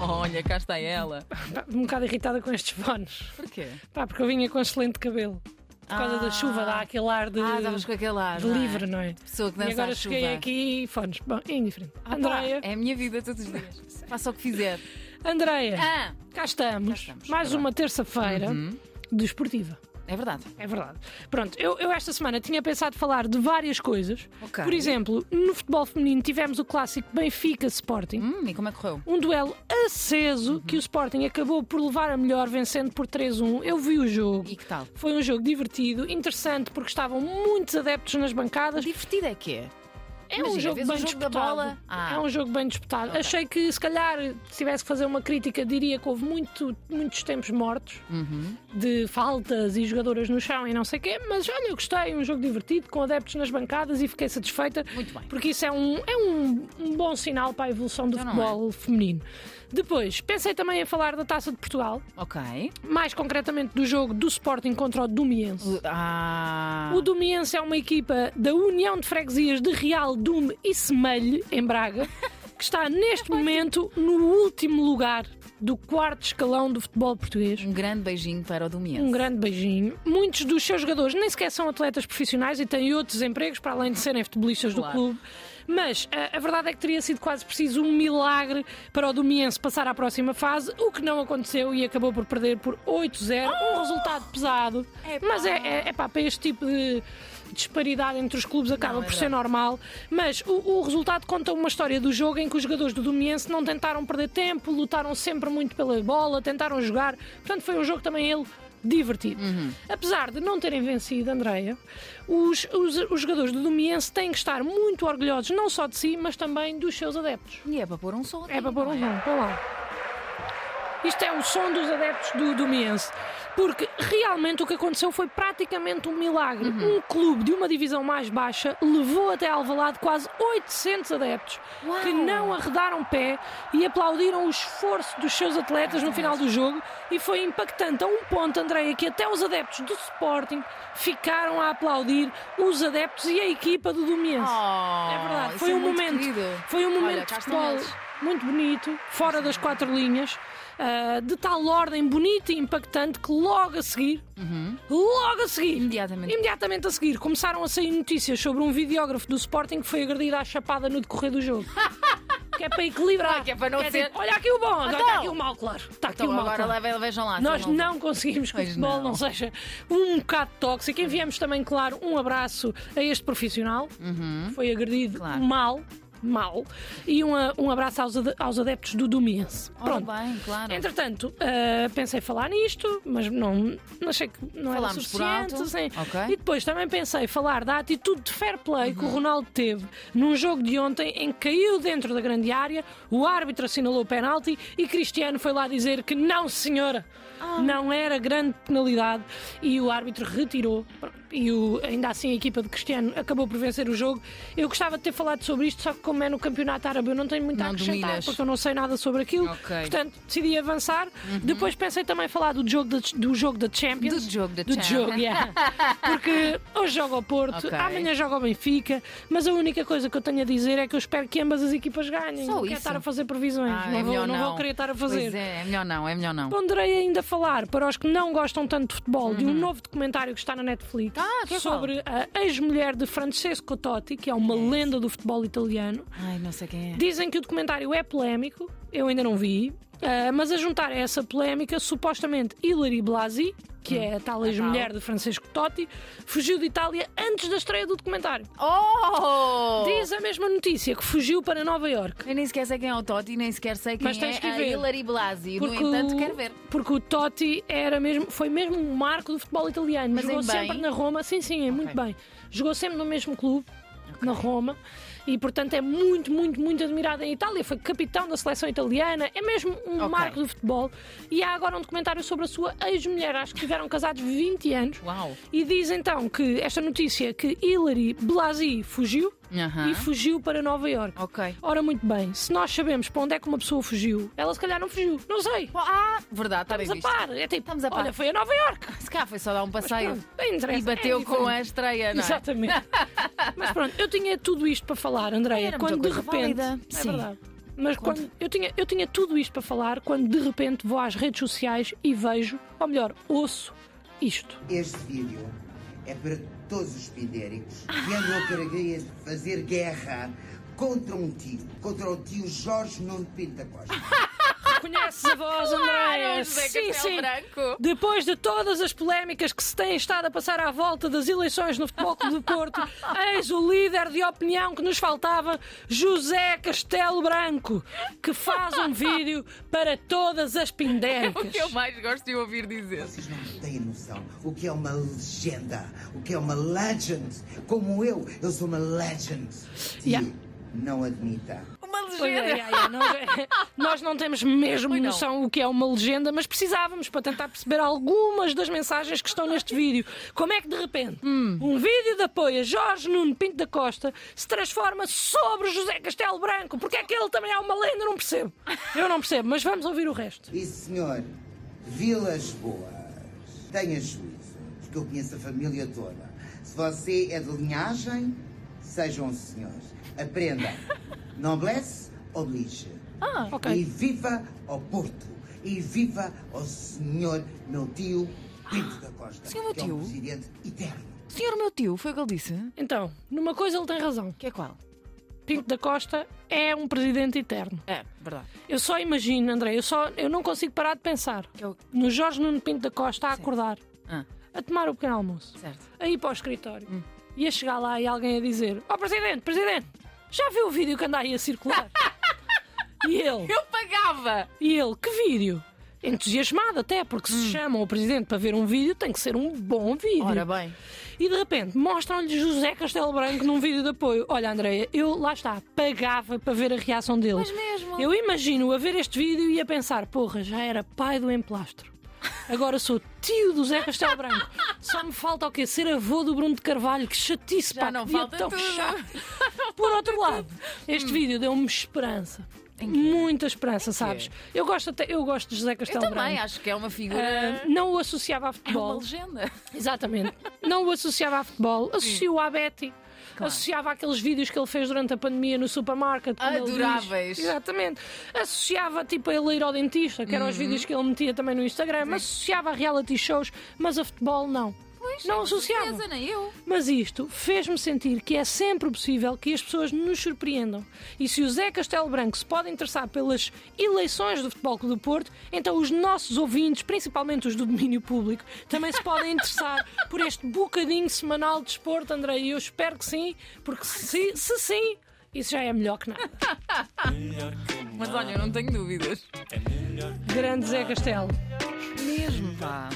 Olha, cá está ela. Pá, Um bocado irritada com estes fones. Porquê? Pá, porque eu vinha com excelente cabelo. Por causa da chuva, dá aquele ar de, Ah, estavas com aquele ar. de não é? livre, não é? Pessoa que E dança agora à chuva. cheguei aqui e fones. Bom, é indiferente. Pá, Andreia, É a minha vida todos os dias. Faça o que fizer. Andreia, Ah, cá estamos. cá estamos, Mais verdade. Uhum. uma terça-feira desportiva. é verdade. É verdade. Pronto, eu, eu esta semana tinha pensado falar de várias coisas. Ok. Por exemplo, no futebol feminino tivemos o clássico Benfica Sporting. Hum, e como é que correu? Um duelo Uhum. aceso que o Sporting acabou por levar a melhor, vencendo por 3-1. Eu vi o jogo. E que tal? Foi um jogo divertido, interessante, porque estavam muitos adeptos nas bancadas. Divertido é que é. É Imagina, um jogo vês bem o jogo da disputado. bola. Ah. É um jogo bem disputado. Achei que, se calhar, se tivesse que fazer uma crítica, diria que houve muito, muitos tempos mortos Uhum. de faltas e jogadoras no chão e não sei o quê, mas olha, eu gostei. Um jogo divertido, com adeptos nas bancadas e fiquei satisfeita. Muito bem. Porque isso é um, é um, um bom sinal para a evolução do Então não é? futebol feminino. Depois, pensei também em falar da Taça de Portugal, Ok. mais concretamente do jogo do Sporting contra o Domiense. O- Ah. O Domiense é uma equipa da União de Freguesias de Real, Dume e Semelho, em Braga, que está neste é. momento no último lugar do quarto escalão do futebol português. Um grande beijinho para o Domiense. Um grande beijinho. Muitos dos seus jogadores nem sequer são atletas profissionais e têm outros empregos para além de serem futebolistas Claro. do clube. Mas a, a verdade é que teria sido quase preciso um milagre para o Domiense passar à próxima fase, o que não aconteceu e acabou por perder por 8-0. Um resultado pesado. Oh! Epá. Mas é, é, epá, para este tipo de disparidade entre os clubes acaba Não, é por ser verdade. normal. Mas o, o resultado conta uma história do jogo em que os jogadores do Domiense não tentaram perder tempo, lutaram sempre muito pela bola, tentaram jogar. Portanto, foi um jogo também ele divertido. Uhum. Apesar de não terem vencido, Andreia, os, os, os jogadores do Domiense têm que estar muito orgulhosos não só de si, mas também dos seus adeptos. E é para pôr um sol. É para pôr um som, para lá. Isto é o som dos adeptos do Domiense. Porque realmente o que aconteceu foi praticamente um milagre. Um clube de uma divisão mais baixa levou até Alvalade quase 800 adeptos Uau! que não arredaram pé e aplaudiram o esforço dos seus atletas no final do jogo. E foi impactante a um ponto, Andréia, que até os adeptos do Sporting ficaram a aplaudir os adeptos e a equipa do Oh, Domiense. É verdade, foi um, momento, foi um momento Olha, de cá estão futebol eles. muito bonito, fora das quatro linhas, ah, de tal ordem bonita e impactante que logo a seguir, logo a seguir, Uhum. Imediatamente. imediatamente a seguir, começaram a sair notícias sobre um videógrafo do Sporting que foi agredido à chapada no decorrer do jogo. que é para equilibrar. Ah, que é para não ser- tipo, olha aqui o bom, olha, Então. está aqui o mal, claro. Está aqui Então o mal, agora claro. leve- vejam lá. se Nós ele não conseguimos que o Pois futebol não. não. seja um bocado tóxico. Enviamos também, claro, um abraço a este profissional. Foi agredido Uhum. Claro. mal, mal. E um, a- um abraço aos, ade- aos adeptos do Domiense. Ora Pronto. É bem, claro. Entretanto, ah, pensei falar nisto, mas não achei que não era Falámos por suficiente. alto. sim. Ok. Uhum. E depois também pensei falar da atitude de fair play que o Ronaldo teve num jogo de ontem em que caiu dentro da grande área, o árbitro assinalou o penalti e Cristiano foi lá dizer que não, senhora, Ah. não era grande penalidade e o árbitro retirou. E o- ainda assim a equipa de Cristiano acabou por vencer o jogo. Eu gostava de ter falado sobre isto, só que como é no campeonato árabe eu não tenho muito a Não acrescentar dominas. porque eu não sei nada sobre aquilo. Ok. Portanto, decidi avançar. Depois pensei também falar do jogo da, do jogo da Champions. Uhum. Do jogo da do Champions. jogo, yeah. Porque hoje joga o Porto, Ok. amanhã joga o Benfica, mas a única coisa que eu tenho a dizer é que eu espero que ambas as equipas ganhem. Só não quero isso. estar a fazer previsões. Ah, não, é vou, melhor não não. vou querer estar a Pois fazer. é, é melhor não, é melhor não. Ponderei ainda falar para os que não gostam tanto de futebol de um novo documentário que está na Netflix Uhum. Ah, que é qual? sobre a ex-mulher de Francesco Totti, que é uma lenda do futebol italiano. Ai, não sei quem é. Dizem que o documentário é polémico, eu ainda não vi, ah, mas a juntar a essa polémica, supostamente Hilary Blasi, que é a tal ex-mulher de Francisco Totti, fugiu de Itália antes da estreia do documentário. Oh! Diz a mesma notícia que fugiu para Nova Iorque. Eu nem sequer sei quem é o Totti, nem sequer sei quem Mas tens é que a ver. Hilary Blasi. No entanto, quero ver. porque o Totti era mesmo, foi mesmo um marco do futebol italiano. Mas em Jogou bem? sempre na Roma, sim, sim, é muito bem. Jogou sempre no mesmo clube, na Roma, e portanto é muito, muito, muito admirado em Itália. Foi capitão da seleção italiana, é mesmo um Ok. marco do futebol. E há agora um documentário sobre a sua ex-mulher, acho que tiveram casados 20 anos. Uau! E diz então que esta notícia que Hillary é Blasi fugiu Aham. e fugiu para Nova Iorque. Ok. Ora, muito bem, se nós sabemos para onde é que uma pessoa fugiu, ela se calhar não fugiu, não sei. Ah, verdade, está bem Estamos a visto. par, é tipo, Estamos a par. olha, foi a Nova Iorque. Se cá foi só dar um passeio Pronto, bem interessa, e bateu é com diferente. a estreia, não é? Exatamente. Mas pronto, eu tinha tudo isto para falar, Andreia, Era muita quando de coisa repente. válida. É Sim. verdade. Mas quando eu tinha, eu tinha tudo isto para falar, quando de repente vou às redes sociais e vejo, ou melhor, ouço isto. Este vídeo é para todos os pidéricos que andam a querer fazer guerra contra um tio, contra o tio Jorge Nuno Pinto da Costa. Conheces a voz, Andréia? José Castelo Branco. Depois de todas as polémicas que se têm estado a passar à volta das eleições no Futebol Clube do Porto, eis o líder de opinião que nos faltava, José Castelo Branco, que faz um vídeo para todas as pindéricas. O que eu mais gosto de ouvir dizer. Vocês não têm noção o que é uma legenda, o que é uma legend. Como eu, eu sou uma legend. Tio, Yeah. não admita. Uma Pois é, legenda. é, é. Nós, nós não temos mesmo Pois não. noção o que é uma legenda, mas precisávamos para tentar perceber algumas das mensagens que estão neste vídeo. Como é que de repente Hum. um vídeo de apoio a Jorge Nuno Pinto da Costa se transforma sobre José Castelo Branco? Porque é que ele também é uma lenda? Não percebo. Eu não percebo, mas vamos ouvir o resto. E senhor, Vilas Boas, tenha juízo, porque eu conheço a família toda. Se você é de linhagem, seja um senhor. Aprenda. Noblesse, oblige. Ah, E ok. viva ao Porto. E viva ao senhor, meu tio Pinto da Costa. Senhor meu que é tio? um presidente eterno. Senhor meu tio, foi o que ele disse? Então, numa coisa ele tem razão. Que é qual? Pinto da Costa é um presidente eterno. É, verdade. Eu só imagino, André, eu, só, eu não consigo parar de pensar Que eu- no Jorge Nuno Pinto da Costa a acordar. Ah, a tomar o pequeno almoço, certo. a ir para o escritório Hum. e a chegar lá e alguém a dizer: Ó presidente, presidente, já viu o vídeo que anda aí a circular? e ele, Eu pagava! e ele, que vídeo? Entusiasmado até, porque se chamam o presidente para ver um vídeo, tem que ser um bom vídeo. Hum. Ora bem. E de repente mostram-lhe José Castelo Branco num vídeo de apoio. Olha, Andreia, eu lá está, pagava para ver a reação dele. Mas mesmo? Eu imagino a ver este vídeo e a pensar: porra, já era pai do emplastro. Agora sou tio do Zé Castelo Branco. Só me falta o quê? Ser avô do Bruno de Carvalho. Que chatice, Já pá, não que dia falta tão tudo. chato. Por outro lado, este vídeo deu-me esperança. Muita esperança, sabes? Eu gosto, até, eu gosto de José Eu Castelo também Branco. acho que é uma figura. Ah, não o associava É a uma futebol. legenda. Exatamente. Não o associava a futebol, associou à Betty. Associava àqueles vídeos que ele fez durante a pandemia no supermarket. quando ele diz- Adoráveis. Exatamente. Associava tipo a ele ir ao dentista, que eram os vídeos que ele metia também no Instagram. Associava a reality shows, mas a futebol não. não associava. Surpresa, é, nem eu. Mas isto fez-me sentir que é sempre possível que as pessoas nos surpreendam. E se o Zé Castelo Branco se pode interessar pelas eleições do Futebol Clube do Porto, então os nossos ouvintes, principalmente os do domínio público, também se podem interessar por este bocadinho semanal de desporto, André. E eu espero que sim, porque se, se sim, isso já é melhor que nada. Mas olha, eu não tenho dúvidas. Grande Zé Castelo. Mesmo, pá.